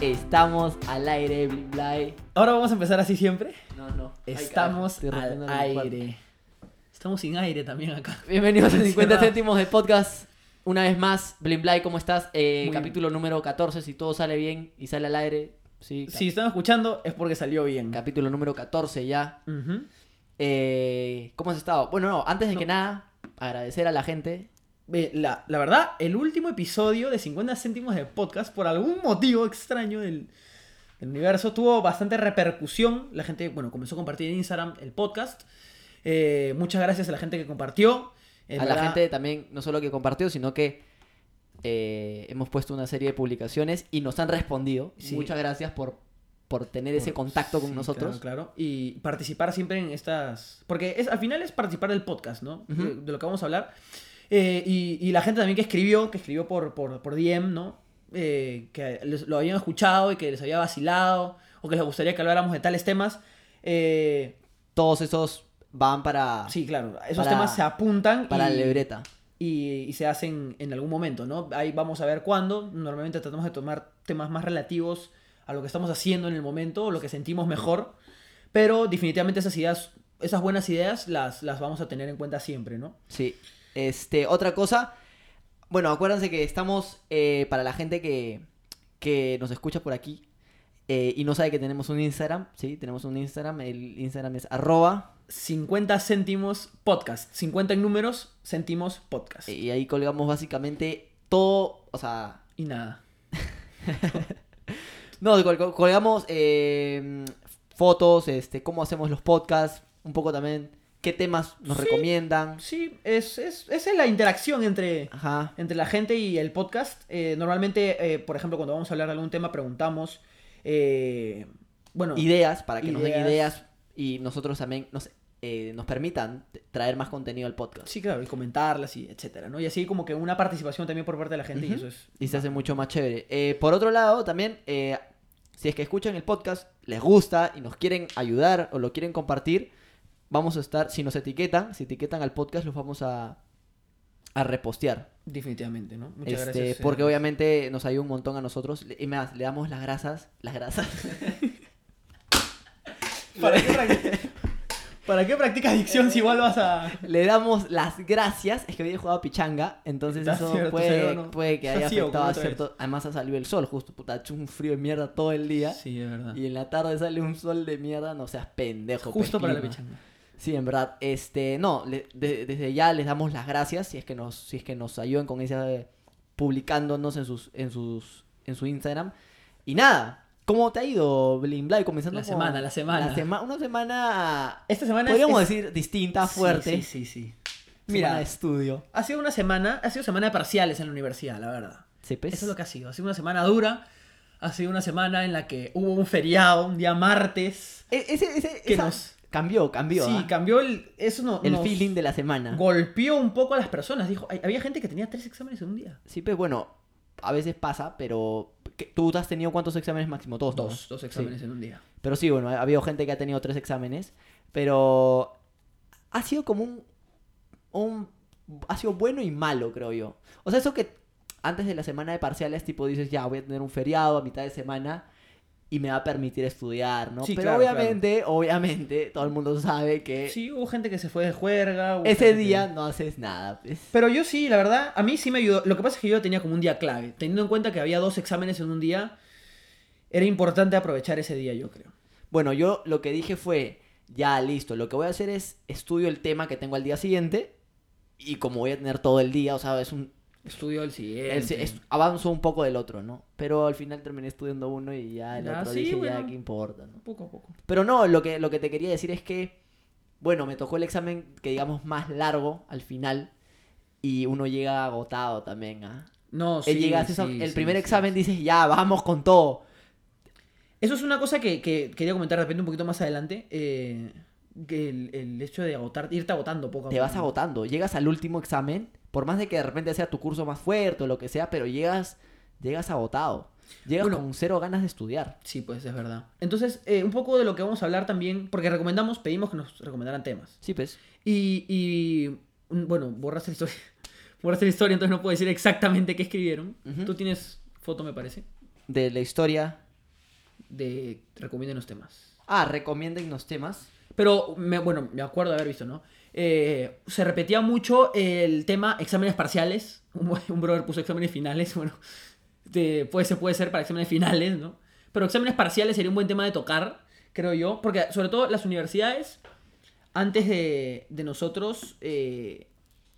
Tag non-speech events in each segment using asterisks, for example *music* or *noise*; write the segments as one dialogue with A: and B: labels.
A: Estamos al aire, Blim Blay.
B: Ahora vamos a empezar así siempre.
A: No, no. Ay,
B: Estamos
A: carajo, estoy
B: al
A: rompiendo el cuarto.
B: aire. Estamos sin aire también acá.
A: Bienvenidos a 50
B: Cerrado.
A: céntimos de podcast. Una vez más, Blim Blay, ¿cómo estás? Eh,
B: Muy
A: capítulo número 14, si todo sale bien y sale al aire. Sí. cap-
B: Si están escuchando es porque salió bien.
A: Capítulo número 14 ya.
B: Ujú.
A: Eh, ¿Cómo has estado? Bueno, no, antes de que nada, agradecer a la gente.
B: Ve, La, la verdad, el último episodio de 50 céntimos de podcast, por algún motivo extraño del, del universo, tuvo bastante repercusión. La gente, bueno, comenzó a compartir en Instagram el podcast. Eh, muchas gracias a la gente que compartió. En
A: a la
B: verdad,
A: gente también, no solo que compartió, sino que eh, hemos puesto una serie de publicaciones y nos han respondido.
B: Sí.
A: Muchas gracias por, por tener ese
B: por-
A: contacto con
B: sí,
A: nosotros.
B: Claro, claro. Y participar siempre en estas. Porque es, al final es participar del podcast, ¿no?
A: Ujú.
B: de, de lo que vamos a hablar. Eh, y, y la gente también que escribió, que escribió por, por, por DM, ¿no? Eh, que les- lo habían escuchado y que les había vacilado, o que les gustaría que habláramos de tales temas. Eh,
A: Todos esos van para,
B: sí, claro, esos
A: Ah, Para-
B: temas se apuntan
A: para
B: y,
A: la libreta.
B: y, y se hacen en algún momento, ¿no? Ahí vamos a ver cuándo. Normalmente tratamos de tomar temas más relativos a lo que estamos haciendo en el momento o lo que sentimos mejor. Pero definitivamente esas ideas, esas buenas ideas las, las vamos a tener en cuenta siempre, ¿no?
A: Sí. Este, otra cosa. Bueno, acuérdense que estamos, eh, para la gente que, que nos escucha por aquí eh, y no sabe que tenemos un Instagram, ¿sí? Tenemos un Instagram, el Instagram es arroba
B: 50 céntimos podcast. 50 en números, céntimos podcast.
A: y ahí colgamos básicamente todo, o sea,
B: Y nada.
A: No, col- col- colgamos eh, fotos, este, cómo hacemos los podcasts, un poco también qué temas nos
B: Sí.
A: recomiendan.
B: Sí, es, es, esa es la interacción entre,
A: Ajá.
B: entre la gente y el podcast. eh, normalmente, eh, por ejemplo, cuando vamos a hablar de algún tema, preguntamos. eh, bueno,
A: Ideas, para que nos den
B: Ideas.
A: ideas y nosotros también nos, eh, nos permitan t- traer más contenido al podcast.
B: Sí, claro, y comentarlas y etcétera, ¿no? Y así como que una participación también por parte de la gente y
A: Ujú.
B: eso es...
A: Y se hace mucho más chévere. Eh, por otro lado, también, eh, si es que escuchan el podcast, les gusta y nos quieren ayudar o lo quieren compartir, vamos a estar, si nos etiquetan, si etiquetan al podcast, los vamos a, a repostear.
B: Definitivamente, ¿no? Muchas
A: Este,
B: gracias. eh.
A: Porque obviamente nos ayuda un montón a nosotros. Le- Y más, le damos las grasas. Las grasas. *laughs*
B: ¿Para qué, practi- ¿Para qué practicas dicción si igual vas a...?
A: le damos las gracias. Es que hoy he jugado pichanga. Entonces
B: Está
A: eso
B: cierto,
A: puede,
B: cerebro, no.
A: puede
B: *laughs*
A: que
B: Está
A: haya
B: ciego
A: afectado
B: como
A: a
B: otra vez.
A: cierto. Además ha salido el sol justo. Puta, ha hecho un frío de mierda todo el día.
B: Sí, es verdad.
A: Y en la tarde sale un sol de mierda. No seas pendejo. pues,
B: Justo para la
A: clima.
B: pichanga.
A: Sí, en verdad. Este, no, le- de- desde ya les damos las gracias si es que nos, si es que nos ayudan con esa eh, publicándonos en sus, en sus, en su Instagram. Y nada, ¿cómo te ha ido, Blin Blay? Comenzando
B: La
A: con-
B: semana, la semana.
A: sema- una semana,
B: Esta semana es-
A: podríamos
B: es-
A: decir, distinta, fuerte.
B: Sí, sí, sí. sí.
A: Mira,
B: Mira,
A: de estudio.
B: ha sido una semana, ha sido semana de parciales en la universidad, la verdad.
A: Sí, pues.
B: Eso es lo que ha sido. Ha sido una semana dura, ha sido una semana en la que hubo un feriado, un día martes.
A: E- ese, ese,
B: que
A: esa-
B: nos-
A: Cambió, cambió.
B: sí,
A: ¿ah?
B: cambió el... Eso no,
A: El
B: nos
A: feeling de la semana.
B: golpeó un poco a las personas. Dijo, hay- había gente que tenía tres exámenes en un día.
A: Sí, pues bueno, a veces pasa, pero... ¿qué- ¿Tú has tenido cuántos exámenes máximo? Dos. ¿no?
B: Dos, dos exámenes
A: Sí.
B: en un día.
A: Pero sí, bueno, ha habido gente que ha tenido tres exámenes, pero ha sido como un, un- Ha sido bueno y malo, creo yo. O sea, eso que antes de la semana de parciales, tipo, dices, ya, voy a tener un feriado a mitad de semana y me va a permitir estudiar, ¿no?
B: Sí,
A: pero
B: claro,
A: obviamente, obviamente, todo el mundo sabe que
B: Sí, hubo gente que se fue de juerga. hubo
A: Eh, ese
B: gente que-
A: día no haces nada. pues.
B: Pero yo sí, la verdad, a mí sí me ayudó. Lo que pasa es que yo tenía como un día clave. Teniendo en cuenta que había dos exámenes en un día, era importante aprovechar ese día, yo creo.
A: Bueno, yo lo que dije fue, ya listo, lo que voy a hacer es estudio el tema que tengo al día siguiente y como voy a tener todo el día, o sea, es un,
B: Estudio el siguiente.
A: Él se- es- avanzó un poco del otro, ¿no? Pero al final terminé estudiando uno y ya el
B: Ya,
A: otro
B: Ah, sí,
A: dije, ya,
B: bueno.
A: ¿qué importa, no?
B: Poco a poco.
A: Pero no, lo que, lo que te quería decir es que, bueno, me tocó el examen que digamos más largo al final y uno llega agotado también, ¿ah?
B: No,
A: Eh,
B: Oh, sí.
A: llegas esa-
B: sí,
A: el
B: sí,
A: primer
B: sí.
A: examen dices, ya, vamos con todo.
B: Eso es una cosa que, que quería comentar de repente un poquito más adelante. eh, que el, el hecho de agotar, irte agotando poco a poco.
A: Te vas
B: ¿no?
A: agotando, llegas al último examen, por más de que de repente sea tu curso más fuerte o lo que sea, pero llegas, llegas agotado. Llegas
B: Bueno.
A: con cero ganas de estudiar.
B: Sí, pues es verdad. Entonces, eh, un poco de lo que vamos a hablar también, porque recomendamos, pedimos que nos recomendaran temas.
A: Sí, pues.
B: Y, y mm, bueno, borraste la historia. *laughs* borraste la historia, entonces no puedo decir exactamente qué escribieron.
A: Ujú.
B: Tú tienes foto, me parece.
A: de la historia
B: de recomienden los temas.
A: Ah, recomienden los temas.
B: Pero, me- bueno, me acuerdo de haber visto, ¿no? Eh, se repetía mucho el tema exámenes parciales. *laughs* Un, bu- un brother puso exámenes finales, *laughs* bueno. de- puede, se puede ser para exámenes finales, ¿no? Pero exámenes parciales sería un buen tema de tocar, creo yo. Porque sobre todo las universidades, antes de, de nosotros, eh,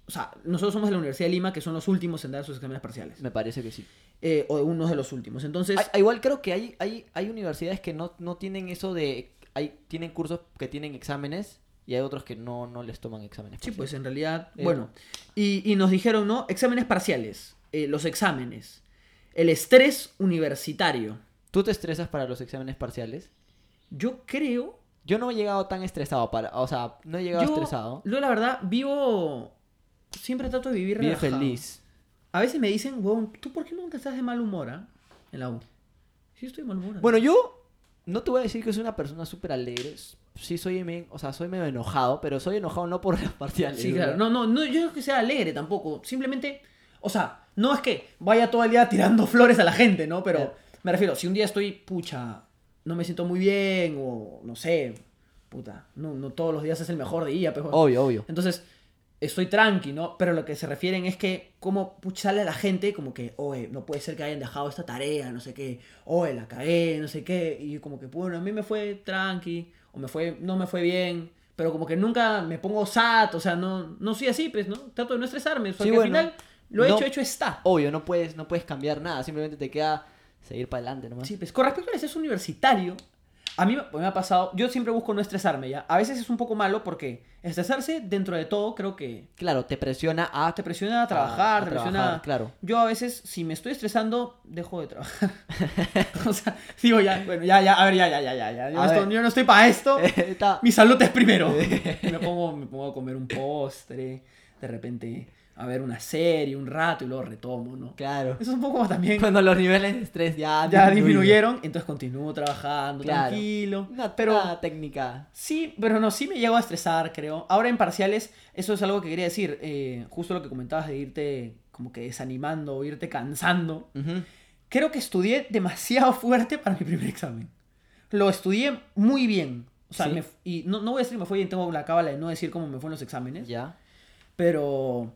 B: o sea, nosotros somos de la Universidad de Lima, que son los últimos en dar sus exámenes parciales.
A: Me parece que sí.
B: Eh, o unos de los últimos. Entonces,
A: Ah, igual creo que hay, hay, hay universidades que no, no tienen eso de... Hay, tienen cursos que tienen exámenes y hay otros que no, no les toman exámenes.
B: Sí,
A: por
B: pues en realidad.
A: Eh,
B: bueno, y, y nos dijeron, ¿no? Exámenes parciales, eh, los exámenes, el estrés universitario.
A: ¿Tú te estresas para los exámenes parciales?
B: Yo creo.
A: Yo no he llegado tan estresado para... O sea, no he llegado
B: yo,
A: estresado.
B: Yo, la verdad, vivo. Siempre trato de vivir
A: Bien
B: relajado.
A: feliz.
B: A veces me dicen, weón, ¿tú por qué nunca estás de mal humor, ah? En la U. Sí, estoy de mal humor. ah.
A: Bueno, yo no te voy a decir que soy una persona súper alegre. Sí, soy, me- o sea, soy medio enojado, pero soy enojado no por las parciales.
B: Sí,
A: ¿no?
B: claro. No, no, no, yo no es que sea alegre tampoco. Simplemente, o sea, no es que vaya todo el día tirando *laughs* flores a la gente, ¿no? Pero
A: Ya.
B: me refiero, si un día estoy, pucha, no me siento muy bien o no sé, puta, no, no todos los días es el mejor día, pues, pero...
A: Obvio, obvio.
B: Entonces, estoy tranqui, ¿no? Pero lo que se refieren es que como pucha, sale a la gente como que, oye, no puede ser que hayan dejado esta tarea, no sé qué, oye, la cagué, no sé qué, y como que, bueno, a mí me fue tranqui, o me fue, no me fue bien, pero como que nunca me pongo sat, o sea, no, no soy así, pues, ¿no? Trato de no estresarme, porque
A: bueno.
B: al final lo
A: No.
B: hecho, hecho está.
A: Obvio, no puedes, no puedes cambiar nada. Simplemente te queda seguir para adelante nomás.
B: Sí, pues, con respecto al estrés universitario, a mí me me ha pasado, yo siempre busco no estresarme, ¿ya? A veces es un poco malo porque estresarse dentro de todo creo que
A: Claro, te presiona a...
B: te presiona a
A: Ah, a
B: trabajar, te
A: trabajar,
B: presiona. *laughs*
A: claro.
B: Yo a veces, si me estoy estresando, dejo de trabajar. *laughs* o sea, digo ya, bueno, ya, ya, a ver, ya, ya, ya, ya, ya. Yo,
A: A
B: esto-
A: ver.
B: yo no estoy para esto.
A: Está-
B: Mi salud es primero. *laughs* me, pongo, me pongo a comer un postre, de repente a ver una serie, un rato y luego retomo, ¿no? *laughs*
A: Claro.
B: Eso es un poco más también.
A: Cuando los niveles de estrés ya, han
B: Ya
A: disminuido.
B: disminuyeron, entonces continúo trabajando,
A: Claro.
B: tranquilo.
A: Una
B: pero
A: una técnica.
B: Sí, pero no, sí me llego a estresar, creo. Ahora en parciales, eso es algo que quería decir. eh, justo lo que comentabas de irte como que desanimando o irte cansando.
A: Ujú.
B: Creo que estudié demasiado *laughs* fuerte para mi primer examen. Lo estudié muy bien. O sea,
A: Sí.
B: me- y no, no voy a decir me fue bien, tengo la cábala de no decir cómo me fue en los exámenes.
A: Ya.
B: Pero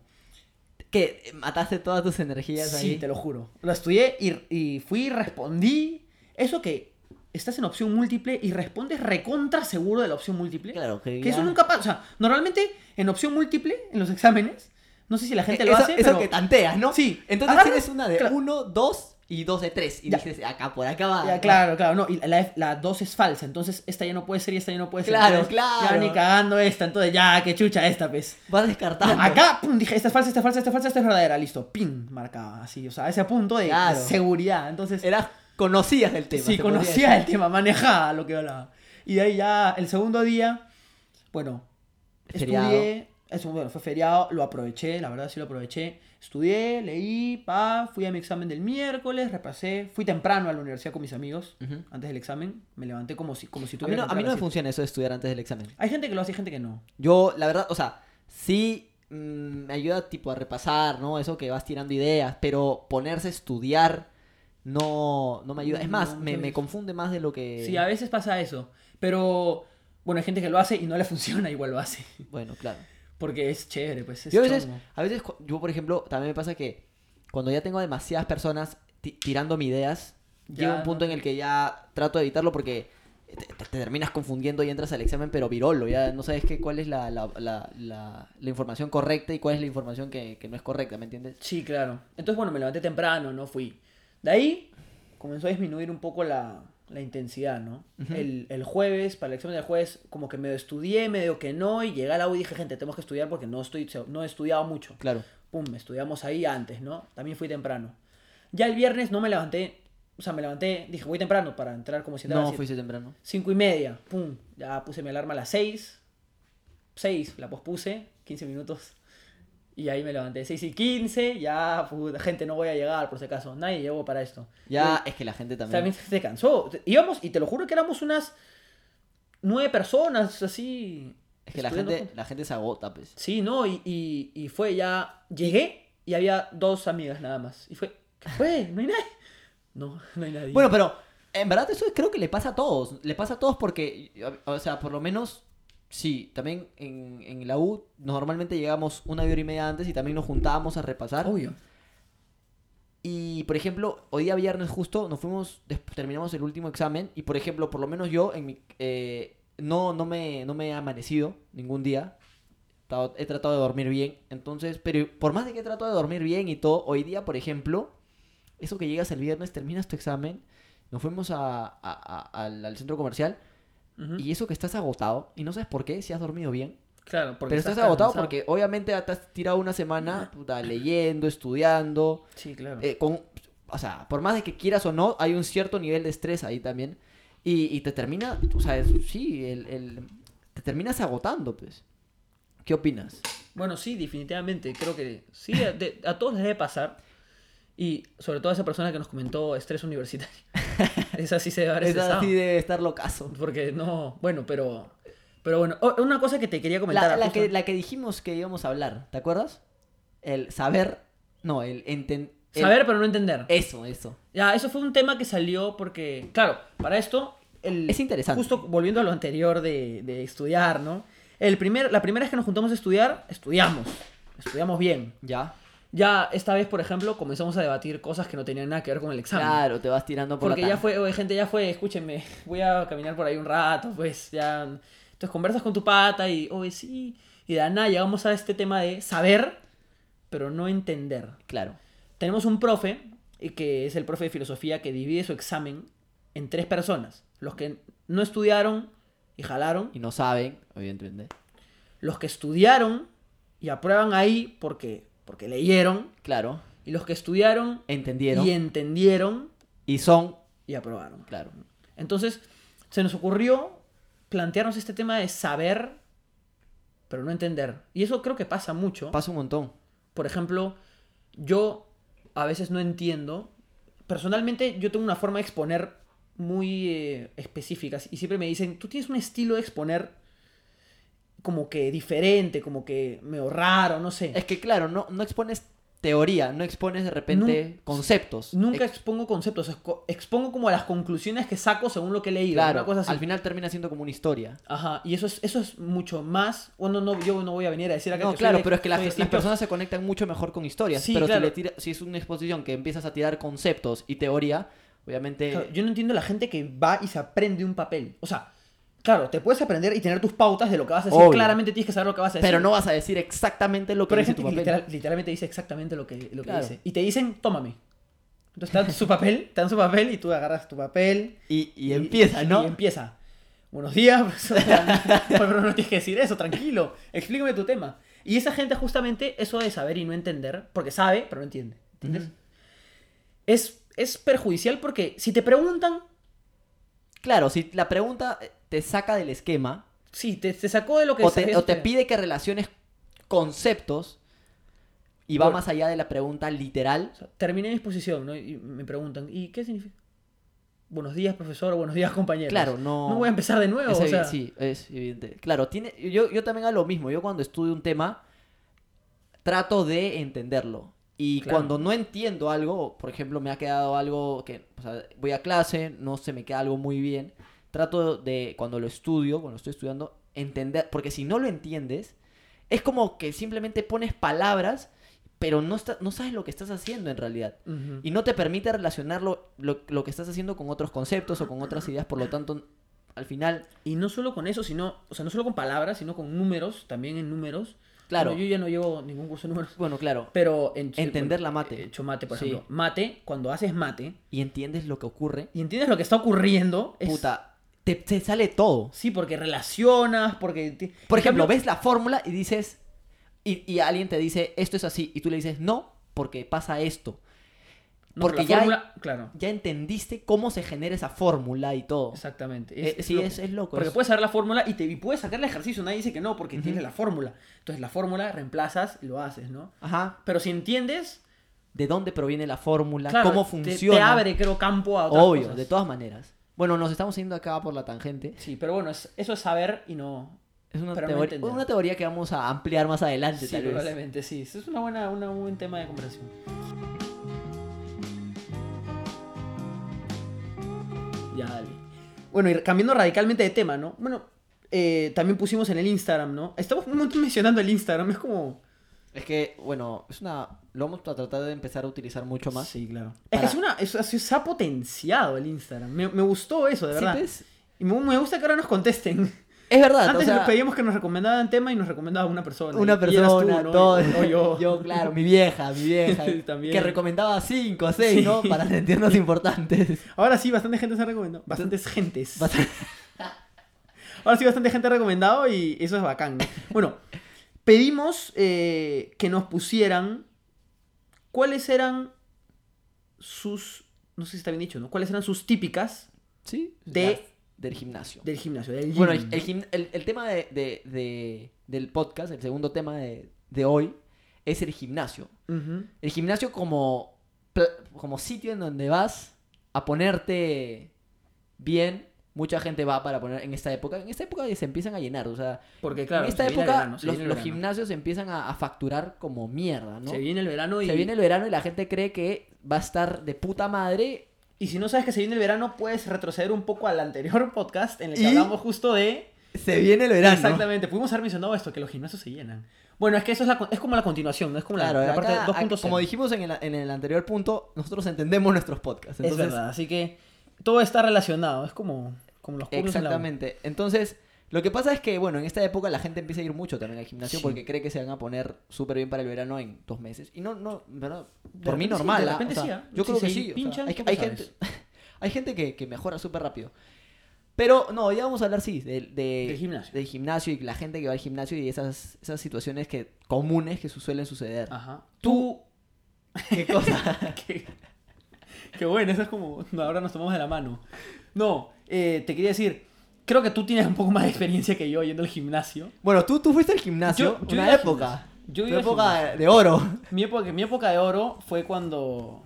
A: Que mataste todas tus energías
B: sí,
A: ahí.
B: te lo juro. Lo estudié y, y fui y respondí. Eso que estás en opción múltiple y respondes recontra seguro de la opción múltiple.
A: Claro, que,
B: Que eso
A: ya-
B: nunca pasa. O sea, normalmente en opción múltiple, en los exámenes, no sé si la gente lo
A: E eso,
B: hace,
A: eso
B: pero
A: que tanteas, ¿no?
B: Sí.
A: Entonces
B: Agarras-
A: tienes una de
B: claro.
A: uno, dos y dos de tres. Y
B: Ya.
A: dices, acá, por acá va.
B: Ya, claro, claro, no, y la, la 2 es falsa, entonces esta ya no puede ser y esta ya no puede ser.
A: Claro,
B: entonces, Ya
A: claro.
B: ni cagando esta, entonces ya, que chucha esta, pues.
A: Vas descartando.
B: Acá, pum, dije, esta es falsa, esta es falsa, esta es falsa, esta es verdadera, listo, pin, marcaba, así, o sea, ese punto de, de
A: Claro.
B: seguridad, entonces,
A: Eras, conocías el tema.
B: sí,
A: se podría
B: conocía el
A: decir.
B: tema, manejaba lo que hablaba. Y de ahí ya, el segundo día, bueno,
A: Feriado.
B: Estudié, eso, bueno, fue feriado, lo aproveché, la verdad sí lo aproveché. Estudié, leí, pa, fui a mi examen del miércoles, repasé, fui temprano a la universidad con mis amigos
A: Ujú.
B: antes del examen, me levanté como si, como
A: A
B: si
A: mí
B: tuviera...
A: no,
B: que
A: a mí no me
B: entrar a las
A: funciona eso de estudiar antes del examen.
B: siete. Hay gente que lo hace, hay gente que no.
A: Yo, la verdad, o sea, sí mm, me ayuda tipo a repasar, ¿no? Eso que vas tirando ideas, pero ponerse a estudiar no, no me ayuda. Es más,
B: No,
A: me,
B: muchas
A: me
B: veces.
A: confunde más de lo que...
B: Sí, a veces pasa eso, pero bueno, hay gente que lo hace y no le *laughs* funciona, igual lo hace,
A: Bueno, claro.
B: porque es chévere, pues es
A: Yo a veces,
B: chongo.
A: a veces, cu- yo por ejemplo, también me pasa que cuando ya tengo demasiadas personas ti- tirándome ideas,
B: Ya,
A: llega un punto
B: no.
A: en el que ya trato de evitarlo porque te, te- te terminas confundiendo y entras al examen pero virolo, ya no sabes qué, cuál es la, la, la, la, la información correcta y cuál es la información que, que no es correcta, ¿me entiendes?
B: Sí, claro. Entonces, bueno, me levanté temprano, no fui. De ahí comenzó a disminuir un poco la, la intensidad, ¿no? el, el jueves, para el examen del jueves, como que medio estudié, medio que no, y llegué a la U y dije, gente, tenemos que estudiar porque no, estoy, no he estudiado mucho.
A: Claro.
B: Pum, estudiamos ahí antes, ¿no? También fui temprano. Ya el viernes no me levanté, o sea, me levanté, dije, voy temprano para entrar como si
A: No fuiste temprano.
B: Cinco y media, pum, ya puse mi alarma a las seis. Seis, la pospuse, 15 minutos. Y ahí me levanté, seis y 15, ya, puta, gente, no voy a llegar, por si acaso, nadie llegó para esto.
A: Ya es que la gente
B: Y
A: también...
B: también se cansó. Íbamos, y te lo juro que éramos unas nueve personas, así.
A: es que la
B: estudiando
A: gente,
B: juntos.
A: la gente se agota, pues.
B: Sí, no, y, y, y fue ya, llegué y había dos amigas nada más. Y fue, ¿qué fue? ¿No *laughs* hay nadie? No, no hay nadie.
A: Bueno, pero En verdad, eso creo que le pasa a todos. Le pasa a todos porque, o sea, por lo menos, sí, también en, en la U normalmente llegamos una hora y media antes y también nos juntábamos a repasar.
B: Obvio.
A: Y, por ejemplo, hoy día viernes justo nos fuimos, des- terminamos el último examen y, por ejemplo, por lo menos yo en mi, eh, no, no, me, no me he amanecido ningún día. He tratado- He tratado de dormir bien. Entonces, pero por más de que he tratado de dormir bien y todo, hoy día, por ejemplo, eso que llegas el viernes, terminas tu examen, nos fuimos a- a- a- al, al centro comercial
B: Ujú.
A: y eso que estás agotado y no sabes por qué, si has dormido bien.
B: Claro, porque
A: pero estás,
B: cansado.
A: agotado porque obviamente te has tirado una semana puta, leyendo, estudiando.
B: Sí, claro.
A: Eh, con, o sea, por más de que quieras o no, hay un cierto nivel de estrés ahí también. Y, y te termina, o sea, es- sí, el, el- te terminas agotando, pues. ¿Qué opinas?
B: Bueno, sí, definitivamente. Creo que sí, a, de- a todos les debe pasar. Y sobre todo a esa persona que nos comentó
A: *laughs*
B: estrés universitario. Esa sí se debe haber
A: Es
B: estresado.
A: así de estar locazo.
B: Porque no, bueno, pero... Pero bueno, o- una cosa que te quería comentar.
A: La, la
B: justo-
A: que, la que dijimos que íbamos a hablar, ¿te acuerdas? El saber, no, el entender.
B: Saber pero no entender.
A: Eso, eso.
B: Ya, eso fue un tema que salió porque, claro, para esto... El,
A: Es interesante.
B: Justo volviendo a lo anterior de, de estudiar, ¿no? El primer, la primera vez que nos juntamos a estudiar, estudiamos. Estudiamos bien.
A: Ya.
B: Ya esta vez, por ejemplo, comenzamos a debatir cosas que no tenían nada que ver con el examen.
A: Claro, te vas tirando por
B: Porque
A: la
B: ya
A: tangente.
B: fue, oye, gente, ya fue, escúchenme, voy a caminar por ahí un rato, pues ya. Entonces conversas con tu pata y, oye, sí. Y de la nada llegamos a este tema de saber, pero no entender.
A: Claro.
B: Tenemos un profe, y que es el profe de filosofía, que divide su examen en tres personas: los que no estudiaron y jalaron,
A: Y no saben, evidentemente.
B: los que estudiaron y aprueban ahí porque, porque leyeron,
A: Claro.
B: y los que estudiaron
A: Entendieron.
B: y entendieron
A: y son,
B: y aprobaron.
A: claro.
B: Entonces, se nos ocurrió plantearnos este tema de saber, pero no entender. Y eso creo que pasa mucho.
A: Pasa un montón.
B: Por ejemplo, yo a veces no entiendo. Personalmente, yo tengo una forma de exponer muy eh, específica. Y siempre me dicen, tú tienes un estilo de exponer como que diferente, como que medio raro, no sé.
A: Es que claro, no, no expones teoría, no expones de repente conceptos.
B: Nunca
A: Ex-
B: expongo conceptos, expo- expongo como las conclusiones que saco según lo que he leído.
A: claro,
B: una cosa así.
A: al final termina siendo como una historia.
B: Ajá, y eso es, eso es mucho más. Bueno, no, yo no voy a venir a decir acá
A: No,
B: que soy
A: claro,
B: de-
A: pero es que las,
B: soy
A: las
B: estilo-
A: personas se conectan mucho mejor con historias.
B: Sí,
A: pero si,
B: claro.
A: le tira- si es una exposición que empiezas a tirar conceptos y teoría, obviamente...
B: Claro, Eh, Yo no entiendo la gente que va y se aprende un papel. O sea, claro, te puedes aprender y tener tus pautas de lo que vas a decir.
A: Obvio.
B: Claramente tienes que saber lo que vas a decir.
A: pero no vas a decir exactamente lo que
B: Pero hay
A: dice
B: gente
A: tu
B: que
A: papel.
B: literal- literalmente dice exactamente lo que, lo que
A: Claro.
B: dice. Y te dicen, tómame. Entonces te dan su papel, te dan su papel y tú agarras tu papel.
A: Y, y empieza, ¿no?
B: Y em- empieza. Buenos
A: *laughs*
B: días, profesor. Pues, Pero no tienes que decir eso, tranquilo. Explícame tu tema. Y esa gente, justamente, eso de saber y no entender, porque sabe, pero no entiende. ¿Entiendes?
A: Ujú.
B: es, es perjudicial porque si te preguntan,
A: Claro, si la pregunta eh, te saca del esquema
B: sí, te, te sacó de lo que
A: o te,
B: sabías
A: o te
B: estudiar.
A: pide que relaciones conceptos y va
B: Bueno.
A: más allá de la pregunta literal.
B: O sea, terminé mi exposición, ¿no? Y me preguntan, ¿y qué significa? Buenos días, profesor, buenos días, compañeros.
A: Claro, no-
B: No voy a empezar de *laughs* nuevo,
A: Es
B: o
A: evi-
B: sea,
A: Sí, es evidente. Claro, tiene, yo, yo también hago lo mismo. Yo cuando estudio un tema, trato de entenderlo. Y
B: Claro.
A: cuando no entiendo algo, por ejemplo, me ha quedado algo que, o sea, voy a clase, no se me queda algo muy bien, trato de, cuando lo estudio, cuando estoy estudiando, entender, porque si no lo entiendes, es como que simplemente pones palabras, pero no, está- no sabes lo que estás haciendo en realidad
B: ujú.
A: y no te permite relacionar lo, lo- lo que estás haciendo con otros conceptos o con otras ideas, por lo tanto, al final,
B: Y no solo con eso, sino, o sea, no solo con palabras, sino con números, también en números.
A: Claro.
B: Bueno, yo ya no llevo ningún curso de números.
A: bueno, claro,
B: Pero en,
A: Entender la mate.
B: He hecho mate, por
A: Sí.
B: ejemplo. Mate, cuando haces mate
A: y entiendes lo que ocurre,
B: y entiendes lo que está ocurriendo, es-
A: puta, te, te sale todo.
B: Sí, porque relacionas, porque. ti-
A: Por
B: en
A: ejemplo,
B: cambio-
A: ves la fórmula y dices, y, y alguien te dice, esto es así, y tú le dices, no, porque pasa esto.
B: No, pero
A: porque
B: la
A: ya-
B: fórmula- Claro.
A: Ya entendiste cómo se genera esa fórmula y todo.
B: Exactamente.
A: Eh, sí, es- es loco
B: Porque
A: eso.
B: puedes saber la fórmula y, te, y puedes sacar el ejercicio. Nadie dice que no, porque tienes la fórmula. Entonces la fórmula reemplazas y lo haces, ¿no?
A: Ajá,
B: Pero si entiendes,
A: de dónde proviene la fórmula,
B: claro,
A: cómo
B: te-
A: funciona.
B: Te, abre, creo, campo a otras
A: Obvio,
B: cosas.
A: de todas maneras. Bueno, nos estamos yendo acá por la tangente.
B: Sí, pero bueno, es- eso es saber y no...
A: Es una,
B: Pero no
A: teoría-
B: entender.
A: una teoría que vamos a ampliar más adelante,
B: Sí,
A: tal vez.
B: probablemente, sí. Eso es una buena, una- un buen tema de conversación. Ya, dale. Bueno, y cambiando radicalmente de tema, ¿no? Bueno, eh, también pusimos en el Instagram, ¿no? Estamos un montón mencionando el Instagram, es como...
A: Es que, bueno, es una. Lo vamos a tratar de empezar a utilizar mucho más.
B: Sí, claro. Es
A: Para-
B: que es una, es- es- se ha potenciado el Instagram. Me, me gustó eso, de
A: Sí,
B: verdad.
A: pues,
B: Y me, me gusta que ahora nos contesten.
A: Es verdad,
B: *laughs* Antes
A: o sea,
B: les pedíamos que nos recomendaran tema y nos recomendaba una persona.
A: una
B: Y eras tú,
A: persona, *laughs*
B: ¿no?
A: todo.
B: O yo.
A: claro, mi vieja, mi
B: *laughs*
A: vieja.
B: También.
A: Que recomendaba cinco o seis,
B: Sí.
A: ¿no? Para sentirnos importantes.
B: Ahora *laughs* sí, bastante gente se ha recomendado. Bastantes gentes. Ahora sí, bastante gente ha recomendado y eso es bacán. ¿no? Bueno, pedimos eh, que nos pusieran cuáles eran sus. No sé si está bien dicho, ¿no? ¿Cuáles eran sus típicas
A: sí.
B: De-
A: Las- del gimnasio.
B: del gimnasio? Del gym?
A: Bueno, el, el gim- el- el tema de, de- de- del podcast, el segundo tema de, de hoy, es el gimnasio.
B: Ujú.
A: El gimnasio como, pla- como sitio en donde vas a ponerte bien. Mucha gente va para poner en esta época. En esta época se empiezan a llenar. O sea,
B: Porque, claro,
A: en esta
B: se viene
A: época
B: el verano, se
A: los,
B: viene el
A: los
B: verano.
A: gimnasios empiezan a, a facturar como mierda, ¿no?
B: Se viene el verano y.
A: Se viene el verano y la gente cree que va a estar de puta madre.
B: Y si no sabes que se viene el verano, puedes retroceder un poco al anterior *laughs* podcast en el que
A: Y-
B: hablamos justo de.
A: Se viene el
B: Exactamente, pudimos haber mencionado esto, que los gimnasios se llenan. Bueno, es que eso es, la, con- es como la continuación, no es como la-
A: Claro, ¿eh?
B: la,
A: acá-
B: parte
A: acá,
B: 2.0.
A: como dijimos en el, en el anterior punto, nosotros entendemos nuestros podcasts.
B: es
A: Entonces,
B: verdad, así que todo está relacionado, es como, como los culos en la-
A: Exactamente. Entonces, lo que pasa es que, bueno, en esta época la gente empieza a ir mucho también al gimnasio
B: Sí.
A: porque cree que se van a poner súper bien para el verano en dos meses. Y no, no, en ¿verdad?
B: De
A: Por mí
B: repente sí,
A: normal.
B: de
A: ¿ah? O
B: repente
A: sea,
B: sí, ¿ah?
A: Yo
B: Si
A: creo que
B: se
A: sí. o sea,
B: pinchan,
A: hay,
B: ¿cómo
A: hay
B: sabes?
A: gente, *laughs* hay gente que, que mejora súper rápido. Pero no, ya vamos a hablar, sí, de, de-
B: Del gimnasio.
A: del gimnasio y la gente que va al gimnasio y esas, esas situaciones que comunes que su- suelen suceder.
B: Ajá. *laughs*
A: Tú, ¿qué cosa?
B: Qué, qué bueno, eso es como, no, ahora nos tomamos de la mano. No, eh, te quería decir, creo que tú tienes un poco más de experiencia que yo yendo al gimnasio.
A: Bueno, tú, tú fuiste al gimnasio,
B: Yo-
A: una
B: yo iba al
A: época.
B: gimnasio. Yo
A: tu
B: iba al
A: época
B: gimnasio.
A: de oro.
B: Mi época, mi época de oro fue cuando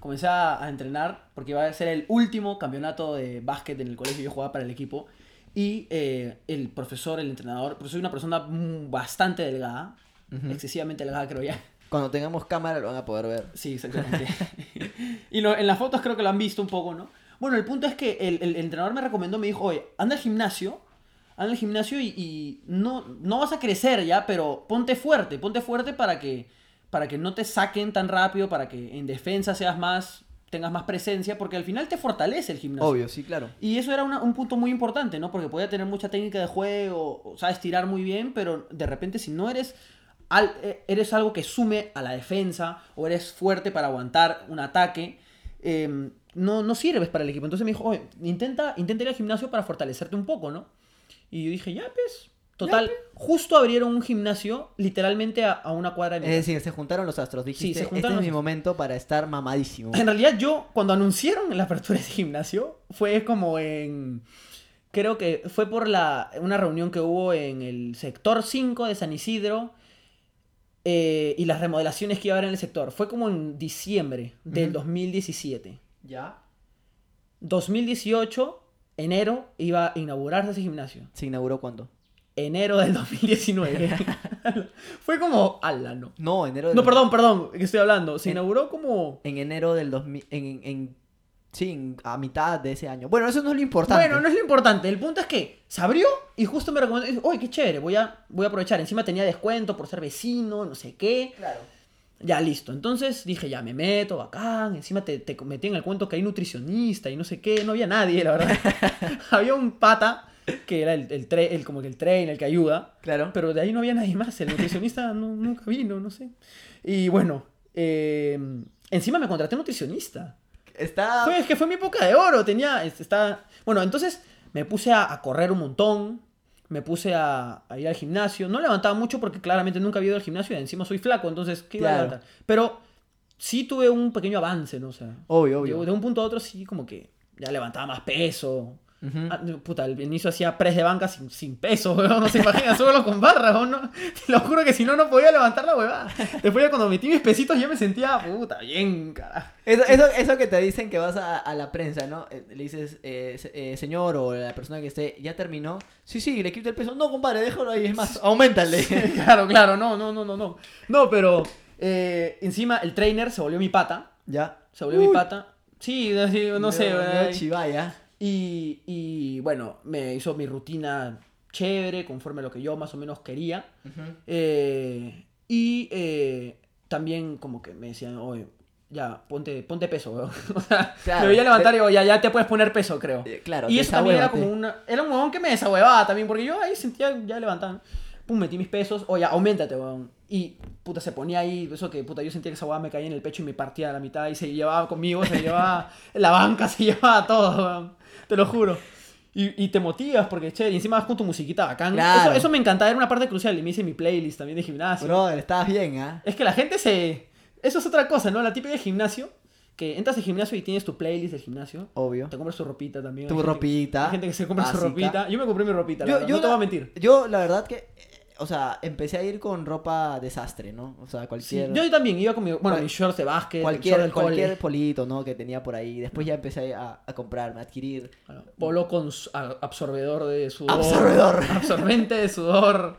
B: comencé a a entrenar, porque iba a ser el último campeonato de básquet en el colegio, yo jugaba para el equipo, y eh, el profesor, el entrenador, pero soy una persona mm, bastante delgada, excesivamente delgada creo ya.
A: Cuando tengamos cámara lo van a poder ver.
B: Sí, exactamente. *laughs* y lo- en las fotos creo que lo han visto un poco, ¿no? Bueno, el punto es que el, el entrenador me recomendó, me dijo, oye, anda al gimnasio, anda al gimnasio y, y no, no vas a crecer ya, pero ponte fuerte, ponte fuerte para que, para que no te saquen tan rápido, para que en defensa seas más, tengas más presencia, porque al final te fortalece el gimnasio.
A: Obvio, sí, claro.
B: Y eso era una- un punto muy importante, ¿no? Porque podía tener mucha técnica de juego, o sabes tirar muy bien, pero de repente si no eres al- eh, eres algo que sume a la defensa o eres fuerte para aguantar un ataque, eh, no, no sirves para el equipo. Entonces me dijo, oye, intenta, intenta ir al gimnasio para fortalecerte un poco, ¿no? Y yo dije, ya, pues. Total, justo abrieron un gimnasio literalmente a, a una cuadra de mi
A: Es
B: casa.
A: decir, se juntaron los astros. Dijiste,
B: se juntaron
A: este es
B: los Ah,
A: mi momento para estar mamadísimo.
B: En realidad yo, cuando anunciaron la apertura de ese gimnasio, fue como en... Creo que fue por la, una reunión que hubo en el sector 5 de San Isidro eh, y las remodelaciones que iba a haber en el sector. Fue como en diciembre del
A: Ujú.
B: 2017.
A: ¿Ya?
B: 2018, enero, iba a inaugurarse ese gimnasio.
A: ¿Se inauguró cuándo?
B: Enero
A: *laughs*
B: del 2019. fue como... ala, no.
A: No, enero del
B: No, perdón, perdón, que estoy hablando. Se
A: En-
B: inauguró como...
A: En enero del 2000. En, en, en- sí, en- a mitad de ese año. Bueno, eso no es lo importante.
B: Bueno, no es lo importante. El punto es que se abrió y justo me recomendó. y dije, Uy, qué chévere, voy a, voy a aprovechar. Encima tenía descuento por ser vecino, no sé qué.
A: Claro.
B: Ya listo. Entonces dije, ya me meto, bacán. Encima te, te metí en el cuento que hay nutricionista y no sé qué. No había nadie, la verdad. había un pata que era el, el, tra- el- como que el train, el que ayuda.
A: Claro.
B: Pero de ahí no había nadie más. El nutricionista *laughs* no- nunca vino, no sé. Y bueno, eh, encima me contraté nutricionista.
A: Está.
B: Fue, es que fue mi época de oro, tenía, es- está... Bueno, entonces me puse a, a correr un montón, me puse a, a ir al gimnasio, no levantaba mucho porque claramente nunca había ido al gimnasio y encima soy flaco, entonces, ¿qué iba
A: Claro.
B: a levantar? Pero sí tuve un pequeño avance, ¿no? O sea,
A: Obvio,
B: de-
A: obvio.
B: de un punto a otro sí como que ya levantaba más peso.
A: Ujú.
B: Ah, no, puta, al inicio hacía press de banca sin, sin peso, *laughs* weón, no se imagina, solo con barras, weón, no, *laughs* te lo juro que si no, no podía levantar la huevada. Después ya cuando metí mis pesitos yo me sentía, puta, bien, carajo.
A: Eso, eso, eso que te dicen que vas a, a la prensa, ¿no? Eh, Le dices, eh, se- eh, señor o la persona que esté, ¿ya terminó? Sí, sí, le quito el peso. No, compadre, déjalo ahí, es más, aumentale.
B: *laughs* claro, claro, no, no, no, no, no. No, pero eh, encima el trainer se volvió mi pata.
A: *laughs* ya.
B: Se volvió mi pata. Sí, así, no sé.
A: Medio- medio
B: ay.
A: chivaya.
B: Y, y, bueno, me hizo mi rutina chévere, conforme a lo que yo más o menos quería. Eh, y eh, también como que me decían, oye, ya, ponte, ponte peso, weón. *laughs* O sea,
A: Claro,
B: me voy a levantar
A: te-
B: y digo, ya, ya te puedes poner peso, creo.
A: Eh, claro,
B: y eso también era
A: desahuévate.
B: como una... Era un huevón que me desahuevaba también, porque yo ahí sentía, ya levantaban. Pum, metí mis pesos, oye, aumentate, weón. Y, puta, se ponía ahí, eso que, puta, yo sentía que esa huevada me caía en el pecho y me partía a la mitad y se llevaba conmigo, se llevaba la banca, se llevaba todo, weón. Te lo juro. Y, y te motivas porque, che, y encima vas con tu musiquita bacán.
A: Claro.
B: Eso, eso me encantaba, era una parte crucial. Y me hice mi playlist también de gimnasio.
A: Brother, estabas bien, ¿ah?
B: Es que la gente se. Eso es otra cosa, ¿no? La típica de gimnasio. Que entras al gimnasio y tienes tu playlist del gimnasio.
A: Obvio.
B: Te compras tu ropita también.
A: Tu
B: Hay gente-
A: ropita
B: Hay gente que se compra su
A: básica.
B: ropita. Yo me compré mi ropita, la
A: Yo-
B: verdad,
A: yo
B: no te
A: la-
B: voy a mentir.
A: Yo, la verdad que, eh, o sea, empecé a ir con ropa desastre, ¿no? O sea,
B: Sí,
A: cualquier...
B: yo también iba con mi, bueno,
A: Cual-
B: mis shorts de básquet, el short
A: Cualquier,
B: del cole,
A: cualquier polito, ¿no? Que tenía por ahí. Después ya empecé a, a comprarme, a adquirir.
B: bueno, polo con s- a- absorbedor de sudor.
A: Absorbedor.
B: *laughs* Absorbente de sudor.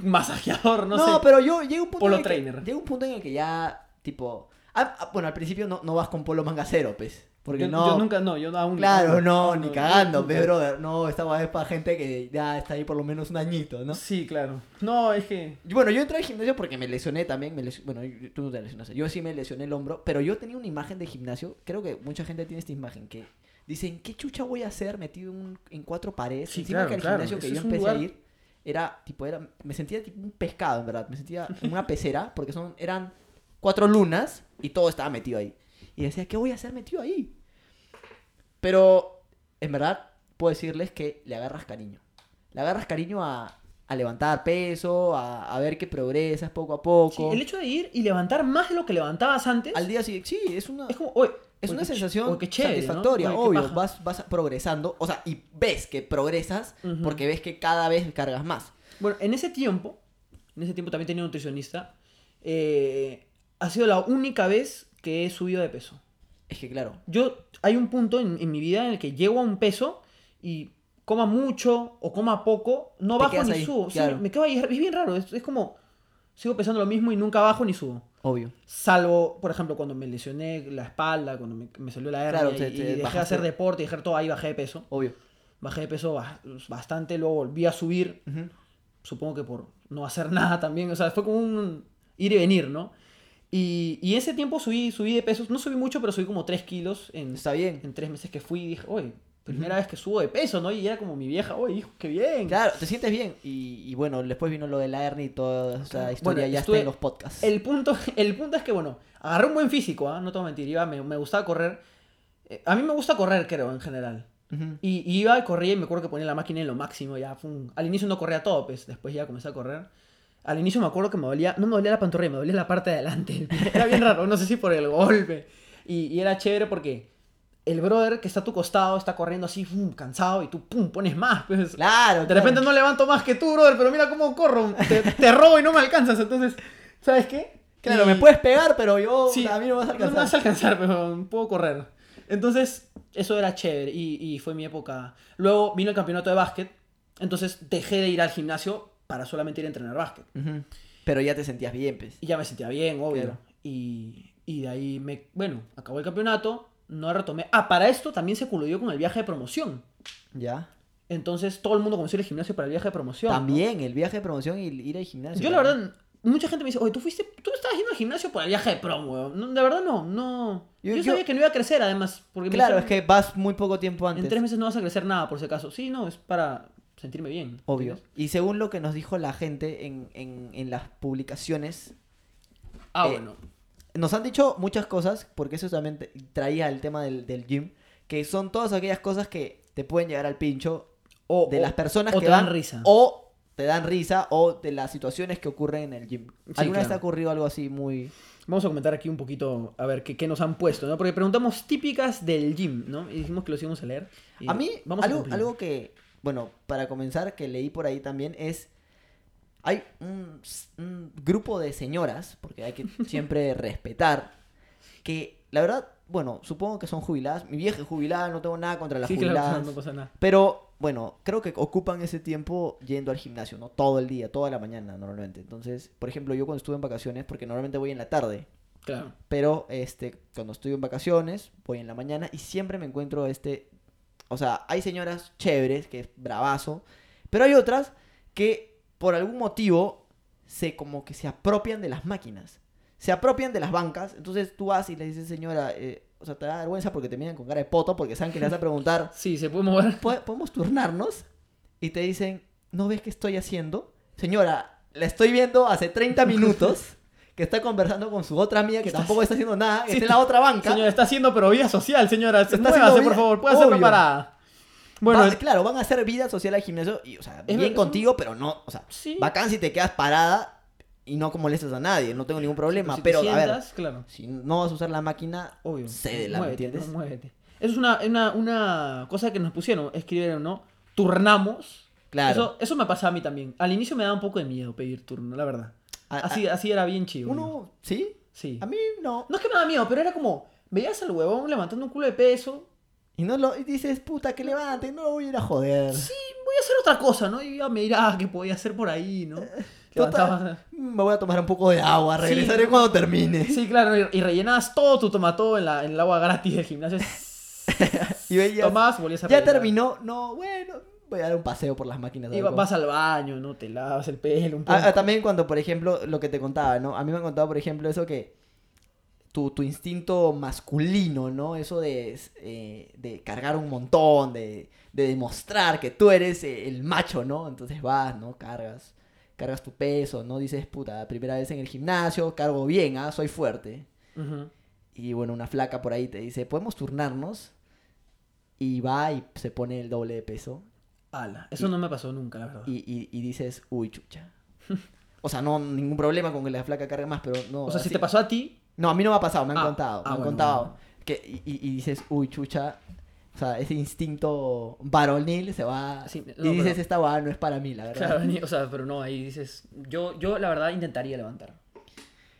B: Masajeador, no,
A: No,
B: sé.
A: pero yo llega un punto
B: Polo
A: en el
B: trainer.
A: Que, llega un punto en el que ya, tipo... ah, ah, bueno, al principio no, no vas con polo mangacero, pues. Porque
B: yo,
A: no...
B: yo nunca, no, yo aún
A: Claro,
B: aún-
A: no,
B: aún
A: ni
B: yo
A: cagando,
B: nunca.
A: pe, brother. No, esta guay es para gente que ya está ahí por lo menos un añito, ¿no?
B: Sí, claro. No, es que.
A: Y Bueno, yo entré al gimnasio porque me lesioné también. Me les- Bueno, yo- tú no te lesionaste. Yo sí me lesioné el hombro, pero yo tenía una imagen de gimnasio. Creo que mucha gente tiene esta imagen que dicen, ¿qué chucha voy a hacer metido en, un- en cuatro paredes?
B: Sí,
A: Encima
B: claro,
A: que el
B: claro,
A: gimnasio
B: eso
A: que yo
B: es un
A: empecé a
B: lugar-
A: ir era, tipo, era, me sentía tipo un pescado, en verdad. Me sentía en una pecera porque son, eran cuatro lunas y todo estaba metido ahí. Y decía, ¿qué voy a hacer metido ahí? Pero, en verdad, puedo decirles que le agarras cariño. Le agarras cariño a, a levantar peso, a, a ver que progresas poco a
B: Sí,
A: poco.
B: el hecho de ir y levantar más de lo que levantabas antes.
A: Al día siguiente, sí, es una,
B: Es como, oye,
A: es
B: oye,
A: una
B: qué ch-
A: sensación
B: oye, qué chévere, ¿no?
A: satisfactoria,
B: Oye, qué
A: obvio.
B: paja.
A: Vas, vas progresando, o sea, y ves que progresas
B: Ujú.
A: porque ves que cada vez cargas más.
B: Bueno, en ese tiempo, en ese tiempo también tenía un nutricionista. eh, ha sido la única vez que he subido de peso.
A: Es que, claro,
B: Yo, hay un punto en, en mi vida en el que llego a un peso y coma mucho o coma poco,
A: Te
B: no bajo
A: quedas
B: ni
A: ahí,
B: subo. Sí,
A: claro.
B: me quedo ahí, es bien raro. Es, es como, sigo pensando lo mismo y nunca bajo ni subo.
A: obvio.
B: Salvo, por ejemplo, cuando me lesioné la espalda, cuando me, me salió la hernia
A: Claro,
B: y,
A: te-
B: y
A: te
B: dejé
A: bajaste.
B: de hacer deporte, y dejar todo ahí, bajé de peso.
A: Obvio.
B: Bajé de peso ba- bastante, luego volví a subir
A: Ujú.
B: supongo que por no hacer *laughs* nada también, o sea, fue como un ir y venir, ¿no? Y, y ese tiempo subí, subí de pesos, no subí mucho, pero subí como 3 kilos en,
A: Está bien.
B: en 3 meses que fui y dije, oye, primera vez que subo de peso, ¿no? Y era como mi vieja, oye, hijo, qué bien.
A: Claro, te sientes bien. Y, y bueno, después vino lo de la hernia y toda esa
B: Claro.
A: historia
B: Bueno,
A: ya
B: estuve-
A: está en los podcasts.
B: El, punto, *laughs* el punto es que, bueno, agarré un buen físico, ¿ah? no te voy a mentir, iba, me, me gustaba correr. Eh, A mí me gusta correr, creo, en general.
A: Ujú.
B: Y, y iba y corría y me acuerdo que ponía la máquina en lo máximo. ya pum. Al inicio no corría todo, pues después ya comencé a correr. Al inicio me acuerdo que me dolía, no me dolía la pantorrilla, me dolía la parte de adelante. *laughs* Era bien raro, no sé si por el golpe. Y, y era chévere porque el brother que está a tu costado está corriendo así, pum, cansado, y tú pum, pones más. Pues.
A: Claro,
B: De repente no levanto más que tú, brother, pero mira cómo corro. Te, te robo y no me alcanzas. Entonces, ¿sabes qué?
A: Claro,
B: Y-
A: me puedes pegar, pero yo
B: Sí,
A: a mí no me vas a
B: no
A: alcanzar.
B: me vas a alcanzar, pero puedo correr. Entonces, eso era chévere y, y fue mi época. Luego vino el campeonato de básquet, entonces dejé de ir al gimnasio para solamente ir a entrenar básquet.
A: Ujú. Pero ya te sentías bien, pues.
B: Y ya me sentía bien, obvio.
A: Claro.
B: Y, y de ahí me. Bueno, acabó el campeonato, no retomé. Ah, para esto también se coludió con el viaje de promoción.
A: Ya.
B: Entonces, todo el mundo comenzó a ir al gimnasio para el viaje de promoción. ¿no?
A: También el viaje de promoción y el ir al gimnasio.
B: Yo, la
A: también.
B: verdad. Mucha gente me dice, oye, tú fuiste, tú estabas yendo al gimnasio por el viaje de prom, weón. No, de verdad no, no.
A: Yo-
B: Yo,
A: yo-
B: sabía que no iba a crecer, además. Porque me
A: Claro,
B: dijeron-
A: es que vas muy poco tiempo antes.
B: En tres meses no vas a crecer nada, por si acaso. Sí, no, es para sentirme bien.
A: Obvio.
B: ¿entiendes?
A: Y según lo que nos dijo la gente en, en- en las publicaciones,
B: Ah,
A: Eh,
B: bueno.
A: nos han dicho muchas cosas, porque eso también te- traía el tema del, del gym, que son todas aquellas cosas que te pueden llegar al pincho
B: O,
A: de
B: o-
A: las personas
B: o
A: que
B: te dan
A: van-
B: risa.
A: O te dan risa o de las situaciones que ocurren en el gym.
B: Sí,
A: ¿Alguna vez te
B: claro.
A: ha ocurrido algo así muy...
B: Vamos a comentar aquí un poquito, a ver, qué, qué nos han puesto, ¿no? Porque preguntamos típicas del gym, ¿no? Y dijimos que los íbamos a leer. y
A: A mí,
B: vamos
A: algo,
B: cumplir.
A: algo que, bueno, para comenzar, que leí por ahí también es. Hay un, s- un grupo de señoras, porque
B: *laughs*
A: hay que siempre respetar, que la verdad, bueno, supongo que son jubiladas. Mi vieja es jubilada, no tengo nada contra las
B: Sí, claro,
A: jubiladas.
B: no, no pasa nada.
A: Pero bueno, creo que ocupan ese tiempo yendo al gimnasio, ¿no? Todo el día, toda la mañana normalmente. Entonces, por ejemplo, yo cuando estuve en vacaciones, porque normalmente voy en la tarde,
B: Claro.
A: pero este, cuando estoy en vacaciones, voy en la mañana y siempre me encuentro a este O sea, hay señoras chéveres, que es bravazo, pero hay otras que por algún motivo se como que se apropian de las máquinas, se apropian de las bancas, entonces tú vas y le dices, señora, eh, o sea, te da vergüenza porque te miran con cara de poto, porque saben que le vas a preguntar,
B: Sí, se
A: *laughs*
B: puede mover.
A: "¿Po- ¿podemos turnarnos? Y te dicen, ¿no ves qué estoy haciendo? Señora, la estoy viendo hace 30
B: *laughs*
A: minutos. Que está conversando con su otra amiga que
B: Estás-
A: tampoco está haciendo nada, que
B: Sí,
A: está en la otra banca.
B: Señora, está haciendo pero vía social, señora. Se
A: Está
B: muévase,
A: haciendo
B: por
A: vida-
B: favor, puede hacerlo
A: obvio.
B: parada. Bueno, eh
A: Va- claro, van a hacer vida social al gimnasio y, o sea, bien
B: verdad,
A: contigo, pero no, o sea,
B: sí.
A: bacán si te quedas parada y no molestas a nadie, no tengo ningún problema,
B: pues, si te
A: pero a ver,
B: sientas, claro.
A: si no vas a usar la máquina,
B: Obvio.
A: cédela, ¿me
B: Muévete,
A: entiendes?
B: ¿no? Muévete. Eso es una, una, una cosa que nos pusieron, escribieron, ¿no? Turnamos.
A: Claro.
B: Eso, eso me pasaba a mí también. Al inicio me daba un poco de miedo pedir turno, la verdad.
A: A- a-
B: así, así era bien chido. yo.
A: Uno, ¿sí?
B: Sí.
A: A mí no.
B: No es que me daba miedo, pero era como, veías al huevón levantando un culo de peso.
A: Y no lo y dices, puta, que levante, no lo voy a ir a joder.
B: Sí, voy a hacer otra cosa, ¿no? Y ya miraba "Ah, qué podía hacer por ahí, ¿no?
A: Eh, Total,
B: Levantabas-
A: me voy a tomar un poco de agua,
B: Sí.
A: regresaré cuando termine.
B: Sí, claro, y, y rellenabas todo tu tomató en, la, en el agua gratis del gimnasio.
A: *laughs* Y veías,
B: Tomás, volvías a
A: ya
B: rellenar.
A: terminó, no, bueno, voy a dar un paseo por las máquinas. a
B: Y
A: ver
B: va-
A: cómo-
B: vas al baño, ¿no? Te lavas el pelo un poco.
A: Ah, ah, también cuando, por ejemplo, lo que te contaba, ¿no? A mí me han contado, por ejemplo, eso que tu, tu instinto masculino, ¿no? Eso de, eh, de cargar un montón, de, de demostrar que tú eres eh, el macho, ¿no? Entonces vas, ¿no? Cargas, cargas tu peso, ¿no? Dices, puta, primera vez en el gimnasio, cargo bien, ¿ah? Soy fuerte.
B: Ujú.
A: Y bueno, una flaca por ahí te dice, ¿podemos turnarnos? Y va y se pone el doble de peso.
B: Ala, eso no me pasó nunca, la verdad.
A: y, y- y dices, uy, chucha.
B: *laughs*
A: O sea, no, ningún problema con que la flaca cargue más, pero no.
B: o sea, si
A: así-
B: te pasó a ti,
A: No, a mí no me ha pasado, me han
B: Ah,
A: contado.
B: ah,
A: me han
B: bueno,
A: contado.
B: bueno,
A: Que, y, y- y dices, uy, chucha. O sea, ese instinto varonil se va.
B: Sí, no,
A: y dices,
B: pero-
A: esta va no es para mí, la verdad.
B: *laughs* claro,
A: Claro,
B: ni- o sea, pero no, ahí dices, yo, yo la verdad intentaría levantar.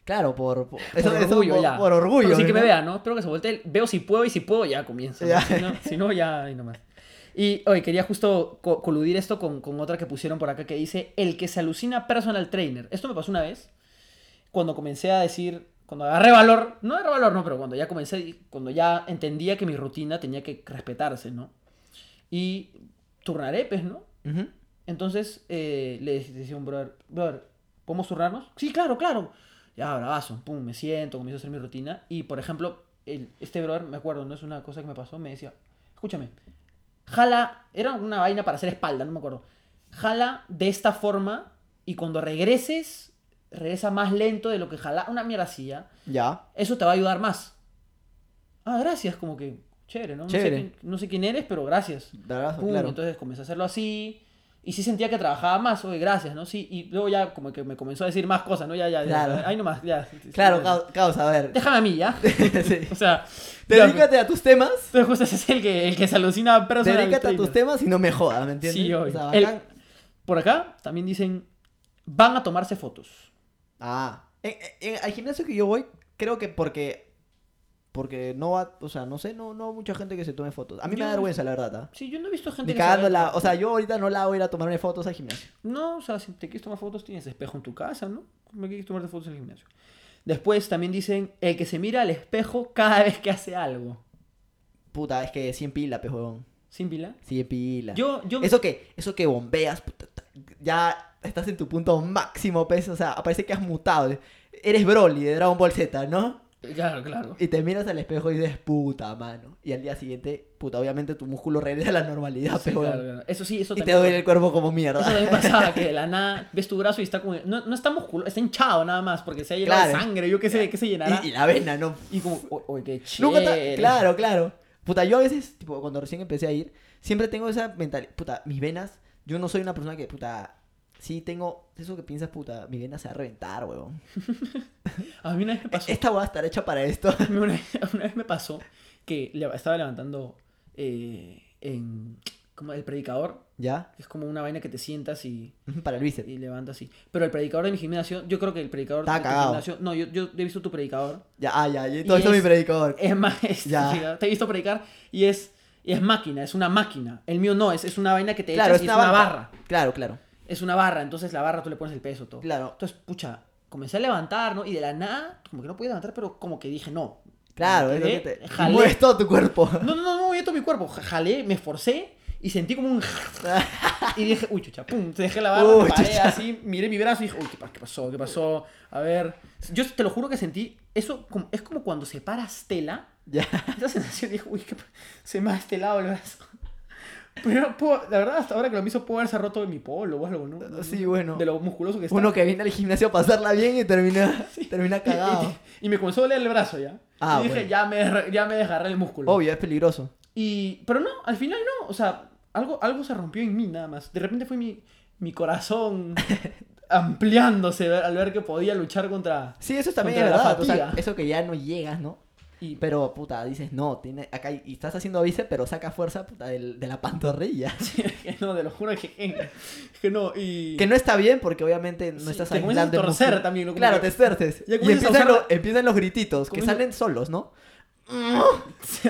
A: por, por,
B: Por
A: eso- eso
B: orgullo,
A: por-
B: ya.
A: por orgullo.
B: Pero sí que
A: ¿no?
B: me vea, ¿no? Espero que se voltee. Veo si puedo y si puedo ya comienzo. ¿no?
A: Ya.
B: Si, no, si no, ya ahí nomás. Y hoy quería justo co- coludir esto con, con otra que pusieron por acá que dice, el que se alucina personal trainer. Esto me pasó una vez cuando comencé a decir, cuando agarré valor, no agarré valor, no, pero cuando ya comencé, cuando ya entendía que mi rutina tenía que respetarse, ¿no? Y turnaré, pues, ¿no?
A: Ujú.
B: Entonces eh, le de- decía un brother, brother, ¿podemos turnarnos? Sí, claro, claro. Ya, bravazo, pum, me siento, comienzo a hacer mi rutina. Y por ejemplo, el- este brother, me acuerdo, no es una cosa que me pasó, me decía, escúchame, jala, era una vaina para hacer espalda, no me acuerdo. Jala de esta forma y cuando regreses, regresa más lento de lo que jala, una mierda así, ¿ya?
A: Ya.
B: Eso te va a ayudar más. Ah, gracias, como que chévere, ¿no? No sé
A: Chévere.
B: quién- no sé quién eres, pero gracias.
A: Bravazo,
B: Pum,
A: claro.
B: Entonces comencé a hacerlo así. Y sí sentía que trabajaba más, oye, gracias, ¿no? Sí, y luego ya como que me comenzó a decir más cosas, ¿no? Ya, ya, ya.
A: Claro.
B: Ahí nomás, ya.
A: claro,
B: Sí,
A: cau- causa, a ver. *laughs*
B: *laughs* Déjame a mí, ¿ya?
A: Sí.
B: o sea, ya,
A: Dedícate a tus temas.
B: Entonces justo ese es el que, el que se alucina personal
A: Dedícate a
B: trainer.
A: tus temas y no me jodas, ¿me entiendes?
B: Sí,
A: O
B: obvio.
A: sea,
B: El-
A: bacán.
B: Por acá también dicen, van a tomarse fotos.
A: Ah. En- en- al gimnasio que yo voy, creo que porque. Porque no va. O sea, no sé, no, no mucha gente que se tome fotos. A mí me
B: Yo-
A: da vergüenza, la verdad. ¿ah?
B: Sí, yo no he visto gente
A: Ni
B: que se vaya-
A: cagándola. O sea, yo ahorita no la voy a ir a tomarme fotos al gimnasio.
B: No, o sea, si te quieres tomar fotos, tienes espejo en tu casa, ¿no? ¿Cómo quieres tomarte fotos en el gimnasio? Después también dicen, el que se mira al espejo cada vez que hace algo.
A: Puta, es que 100 pila, pejón.
B: ¿Sin pila?
A: 100 pila.
B: Yo, yo...
A: Eso que, eso que bombeas, puta, ta- ya estás en tu punto máximo, peso. O sea, parece que has mutado. Eres Broly de Dragon Ball Z, ¿no?
B: Claro, claro.
A: Y te miras al espejo y dices, puta, mano. Y al día siguiente, puta, obviamente tu músculo regresa a la normalidad,
B: Sí,
A: pejón.
B: claro, claro. Eso sí, eso
A: Ah, Y te
B: también.
A: duele el cuerpo como mierda.
B: Eso también
A: *laughs*
B: pasaba, que de la nada ves tu brazo y está como. No, no está musculoso, está hinchado nada más, porque se ha llenado de
A: Claro.
B: sangre, yo qué sé, de qué se llenará.
A: *laughs* Y, y la vena, ¿no?
B: Y, como, o- oye, qué chévere.
A: Nunca ta- Claro, claro. Puta, yo a veces, tipo, cuando recién empecé a ir, siempre tengo esa mentalidad. Puta, mis venas, yo no soy una persona que, puta, sí tengo eso que piensas, puta, mi vena se va a reventar, huevón.
B: A mí una vez me pasó.
A: Esta va a estar hecha para esto. *laughs*
B: A mí *laughs* una, vez, una vez me pasó que le- estaba levantando eh, en. Como el predicador.
A: ¿Ya? *laughs*
B: Es como una vaina que te sientas y,
A: Ujú, Para el bíceps.
B: y levantas así. Pero el predicador de mi gimnasio, yo creo que el predicador
A: Está
B: de tu
A: cagado.
B: gimnasio. No, yo, yo he visto tu predicador.
A: Ya, ah, ya, ya, todo
B: Y
A: esto es mi
B: es-
A: predicador.
B: Es más, *laughs* es-
A: Ya.
B: te he visto predicar y es, y es máquina, es una máquina. El mío no, es, es una vaina que te
A: Claro,
B: echas y es una barra.
A: Claro, claro.
B: Es una barra, entonces la barra tú le pones el peso todo.
A: Claro.
B: Entonces, pucha, comencé a levantar, ¿no? Y de la nada, como que no podía levantar, pero como que dije, no,
A: Claro,
B: Me
A: es lo que
B: quedé,
A: te...
B: ¿Eh? jalé.
A: Mueves todo tu cuerpo.
B: No, no, no, no moví todo mi cuerpo. Jalé, me esforcé y sentí como un... *laughs*
A: *laughs*
B: y dije, uy, chucha, pum, te dejé la barra,
A: Uy,
B: me paré
A: chucha.
B: así, miré mi brazo y dije, uy, ¿qué, pa- qué pasó? ¿Qué pasó? A ver... Yo te lo juro que sentí... Eso como- es como cuando separas tela.
A: ya.
B: *laughs* Esa sensación dije, uy, qué pa- se me ha estelado el brazo. *laughs* Pero puedo- la verdad, hasta ahora que lo mismo puedo haberse roto de mi polo o algo, ¿no?
A: Ah, Sí, bueno.
B: De lo musculoso que está.
A: Uno que viene al gimnasio a pasarla bien y
B: *laughs*
A: termina, termina
B: Y- y-
A: cagado.
B: Y, me comenzó a doler el brazo ya.
A: Ah,
B: y dije,
A: bueno.
B: ya, me, desra- ya me desgarré el músculo.
A: Obvio, es peligroso.
B: Y, pero no, al final no. O sea, algo, algo se rompió en mí nada más. De repente fue mi,
A: *laughs*
B: mi corazón ampliándose ver- al ver que podía luchar contra...
A: Sí, eso también es
B: Contra la
A: verdad. O sea,
B: fatiga.
A: eso que ya no llegas, ¿no?
B: Y,
A: Pero, puta, dices, no, tiene, acá, y estás haciendo bíceps, pero saca fuerza, puta, del- de la
B: *laughs*
A: pantorrilla.
B: que no, te lo juro que, que no. Y...
A: Que no está bien porque obviamente no
B: Sí,
A: estás
B: te comienzas a
A: aislando el
B: torcer
A: músculo.
B: también, ¿no? Como
A: Claro,
B: que-
A: te esfuerces.
B: Ya
A: Y
B: comienzas a
A: empiezan,
B: usar-
A: los, empiezan los grititos, que
B: Comienzas-
A: salen solos, ¿no?
B: *laughs*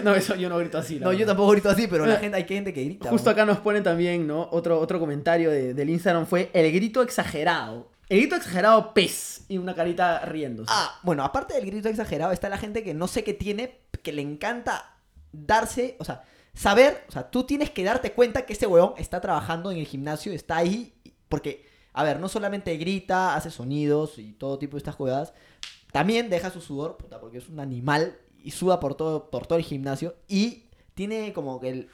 B: No, eso yo no grito así. la
A: No, yo
B: verdad.
A: tampoco grito así, pero la
B: Eh,
A: gente, hay gente que grita.
B: Justo
A: ¿no?
B: acá nos ponen también, ¿no? Otro, otro comentario de- del Instagram fue el grito exagerado. El grito exagerado pez y una carita riéndose.
A: Ah, bueno, aparte del grito exagerado, está la gente que no sé qué tiene, que le encanta darse, o sea, saber, o sea, tú tienes que darte cuenta que ese huevón está trabajando en el gimnasio, está ahí, porque, a ver, no solamente grita, hace sonidos y todo tipo de estas jugadas, también deja su sudor, puta, porque es un animal y suda por todo, por todo el gimnasio y tiene como que el,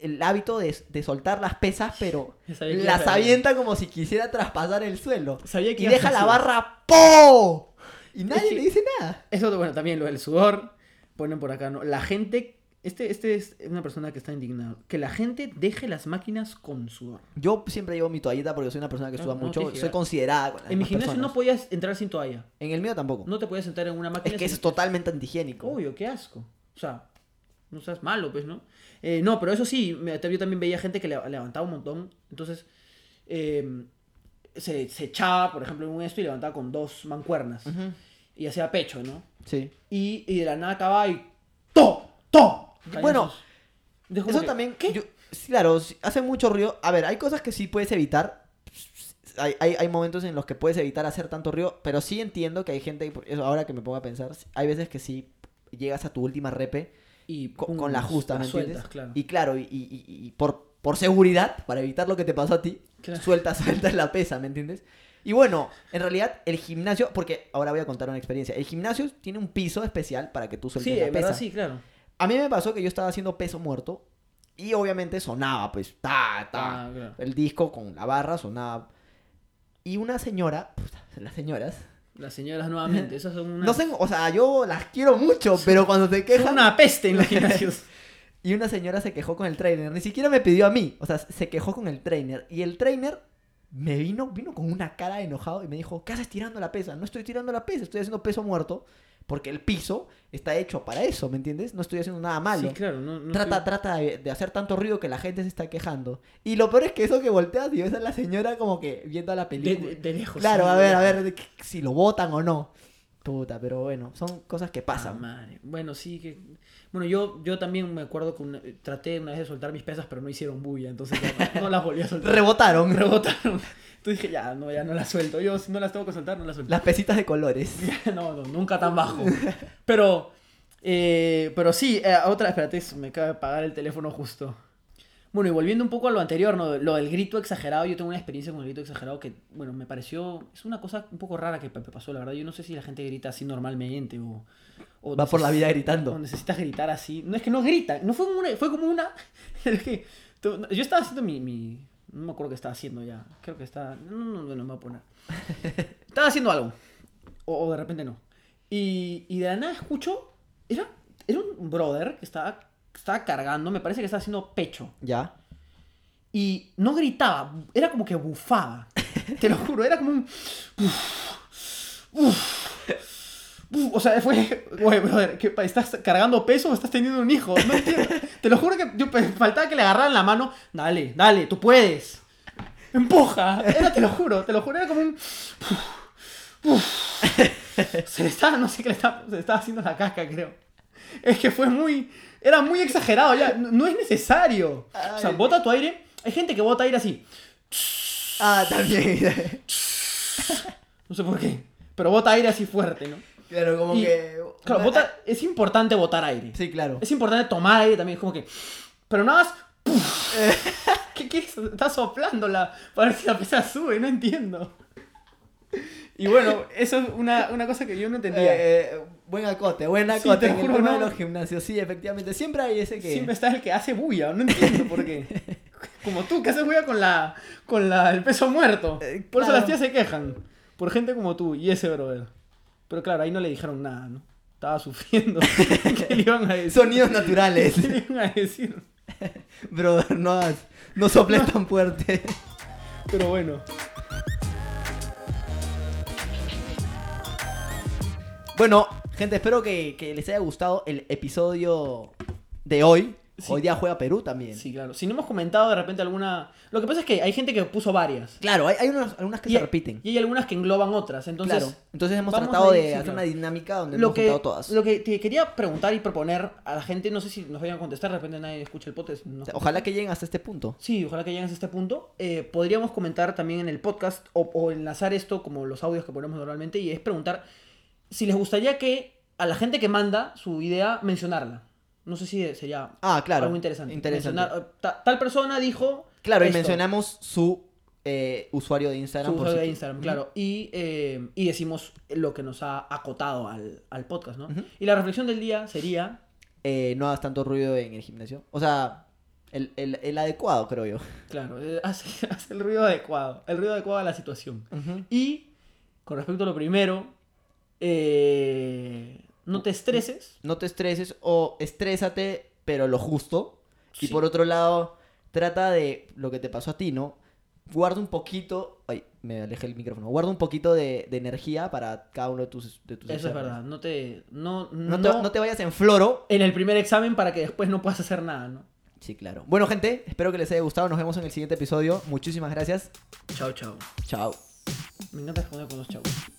A: el hábito de, de soltar las pesas, pero
B: Esa yo quería
A: las
B: saber.
A: avienta como si quisiera traspasar el suelo
B: Sabía
A: *laughs*
B: que
A: y
B: ibas a
A: deja la
B: decir.
A: barra ¡Po! Y
B: nadie
A: nadie
B: le
A: le dice nada.
B: Eso, bueno, también lo del sudor. Ponen por acá, ¿no? La gente. Este, este es una persona que está indignada. Que la gente deje las máquinas con sudor.
A: Yo siempre llevo mi toallita porque soy una persona que
B: No,
A: suda
B: no te
A: mucho.
B: dije,
A: Soy
B: ¿verdad?
A: considerada con las
B: En mi
A: demás
B: gimnasio no
A: personas.
B: podías entrar sin toalla.
A: En el mío tampoco.
B: No te podías sentar en una máquina.
A: es que
B: sin-
A: es totalmente antihigiénico.
B: Obvio, qué asco. O sea, no seas malo, pues, ¿no? Eh, no, pero eso sí, me- yo también veía gente que le, levantaba un montón. Entonces, eh, se, se echaba, por ejemplo, en un esto y levantaba con dos mancuernas.
A: Ujú,
B: Y hacía pecho, ¿no?
A: Sí.
B: Y, y de la nada acababa y... ¡To! ¡To! Caía
A: Bueno,
B: esos- de- como
A: Eso
B: que,
A: también.
B: ¿qué?
A: yo- sí, claro, sí, hace mucho ruido. A ver, hay cosas que sí puedes evitar. Hay, hay- hay momentos en los que puedes evitar hacer tanto ruido, pero sí entiendo que hay gente, que- eso ahora que me pongo a pensar, hay veces que sí llegas a tu última repe
B: y
A: co- con,
B: pum,
A: la justa,
B: Mm, las
A: ¿me entiendes?
B: sueltas, claro.
A: Y claro, y, y- y- y por, por seguridad, para evitar lo que te pasó a ti,
B: Claro.
A: suelta, *laughs* suelta la pesa, ¿me entiendes? Y bueno, en realidad el gimnasio, porque ahora voy a contar una experiencia, el gimnasio tiene un piso especial para que tú sueltes
B: Sí,
A: la
B: en verdad
A: pesa.
B: sí, claro.
A: A mí me pasó que yo estaba haciendo peso muerto y obviamente sonaba, pues, ta, ta.
B: Ah, claro.
A: El disco con la barra sonaba. Y una señora, puta, las señoras,
B: Las señoras nuevamente, esas son una...
A: no sé, o sea, yo las quiero mucho, pero cuando te
B: son
A: quejan...
B: una peste
A: *laughs*
B: en los gimnasios.
A: Y una señora se quejó con el trainer. Ni siquiera me pidió a mí. O sea, se quejó con el trainer. Y el trainer me vino, vino con una cara de enojado y me dijo, ¿qué haces tirando la pesa? No estoy tirando la pesa, estoy haciendo peso muerto. Porque el piso está hecho para eso, ¿me entiendes? No estoy haciendo nada malo.
B: Sí, claro. No, no
A: Trata,
B: estoy-
A: trata de, de hacer tanto ruido que la gente se está quejando. Y lo peor es que eso que volteas y ves a la señora como que viendo la
B: de,
A: película.
B: de- de lejos.
A: claro,
B: pues, sí,
A: a
B: de
A: ver, a
B: lejos.
A: ver de- si lo votan o no. Puta, pero bueno, son cosas que
B: Ah,
A: pasan.
B: madre. Bueno, sí que. Bueno, yo, yo también me acuerdo que una- traté una vez de soltar mis pesas, pero no hicieron bulla, entonces ya no, no las volví a soltar.
A: Rebotaron *laughs*
B: Rebotaron. Entonces dije, ya, no, ya no las suelto. Yo, si no las tengo que soltar, no las suelto.
A: las pesitas de colores.
B: *laughs* No, no, nunca
A: *laughs*
B: tan bajo. Pero, eh, pero sí, eh, otra, espérate, se me acaba de pagar el teléfono justo. Bueno, y volviendo un poco a lo anterior, ¿no? lo del grito exagerado, yo tengo una experiencia con el grito exagerado que, bueno, me pareció, es una cosa un poco rara que me pasó, la verdad, yo no sé si la gente grita así normalmente o... o
A: Va por la
B: neces-
A: vida gritando.
B: o necesitas gritar así. No es que no grita, no fue como una, fue como una... *laughs* es que tú- yo estaba haciendo mi, mi- No me acuerdo qué estaba haciendo ya. Creo que estaba... No, no, no, no me voy a poner. Estaba haciendo algo. O, o de repente no. Y, y de la nada escucho... Era, era un brother que estaba, que estaba cargando, me parece que estaba haciendo pecho.
A: Ya.
B: Y no gritaba, era como que bufaba. Te lo juro, era como un... Buf, o sea, fue, *laughs* güey, brother, ¿qué pa- ¿estás cargando peso o estás teniendo un hijo? No entiendo. Te lo juro que yo pe- faltaba que le agarraran la mano. Dale, dale, tú puedes. Empuja. Era, te lo juro, te lo juro, era como un... Se le estaba, no sé qué le estaba, se le estaba haciendo la casca, creo. Es que fue muy, era muy exagerado, ya, no, no es necesario. O sea,
A: Ay.
B: bota tu aire. Hay gente que bota aire así.
A: Ah, también.
B: No sé por qué. Pero bota aire así fuerte, ¿no?
A: *laughs* Claro, como
B: Y-
A: que.
B: Claro, vota- es importante botar aire.
A: Sí, claro.
B: Es importante tomar aire también, es como que... Pero nada más... *laughs* ¡puf! ¿Qué, qué es? Está soplando la... Para ver si la pesa sube, no entiendo. Y bueno, eso es una, una cosa que yo no entendía.
A: Eh, eh, buen acote, buen
B: Sí,
A: acote
B: te
A: en el
B: juro,
A: tema
B: ¿no?
A: de los gimnasios. Sí, efectivamente. Siempre hay ese que.
B: Siempre está el que hace bulla, no entiendo por qué. *laughs* Como tú, que haces bulla con la con la, el peso muerto.
A: Eh,
B: Por eso
A: claro.
B: las tías se quejan. Por gente como tú y ese brother. Pero claro, ahí no le dijeron nada, ¿no? Estaba *laughs* sufriendo. ¿Qué le iban a decir?
A: *laughs* Sonidos naturales.
B: ¿Qué le iban a decir?
A: *laughs* Brother, no, hagas- no soples tan fuerte.
B: Pero bueno.
A: Bueno, gente, espero que, que les haya gustado el episodio de hoy.
B: Sí.
A: Hoy día juega Perú también.
B: Sí, claro. Si no hemos comentado de repente alguna... Lo que pasa es que hay gente que puso varias.
A: Claro, hay, hay unas, algunas que
B: Y- e-
A: se repiten.
B: Y hay algunas que engloban otras. Entonces,
A: claro. Entonces hemos
B: vamos
A: tratado
B: a
A: de
B: ir- sí,
A: hacer
B: claro.
A: una dinámica donde
B: lo
A: hemos
B: que,
A: juntado todas.
B: lo que te quería preguntar y proponer a la gente, no sé si nos vayan a contestar, de repente nadie escucha el podcast. no.
A: O sea, Ojalá que lleguen hasta este punto.
B: Sí, ojalá que llegues a este punto. Eh, podríamos comentar también en el podcast o, o enlazar esto como los audios que ponemos normalmente y es preguntar si les gustaría que a la gente que manda su idea mencionarla. No sé si sería
A: Ah, claro.
B: algo interesante.
A: Interesante.
B: Mencionar, eh, ta- tal persona dijo...
A: Claro, y
B: esto,
A: mencionamos su eh, usuario de Instagram.
B: su
A: por
B: usuario
A: si-
B: de Instagram,
A: Ujú.
B: claro. Y, eh, y decimos lo que nos ha acotado al, al podcast, ¿no?
A: Ujú.
B: Y la reflexión del día sería...
A: Eh, no hagas tanto ruido en el gimnasio. O sea, el, el- el adecuado, creo yo.
B: Claro, eh, *laughs* hace, hace el ruido adecuado, el ruido adecuado a la situación. Y con respecto a lo primero, eh, no te estreses.
A: *laughs* No te estreses o estrésate, pero lo justo. Y
B: Sí.
A: por otro lado, trata de lo que te pasó a ti, ¿no? Guarda un poquito. Ay, me alejé el micrófono. Guarda un poquito de, de energía para cada uno de tus. De tus
B: Eso es
A: exámenes.
B: verdad, no te... No,
A: No,
B: no-
A: te, no te vayas en floro.
B: En el primer examen para que después no puedas hacer nada, ¿no?
A: Sí, claro. Bueno, gente, espero que les haya gustado. Nos vemos en el siguiente episodio. Muchísimas gracias.
B: Chao, chao.
A: Chao.
B: Me encanta responder con los chavos.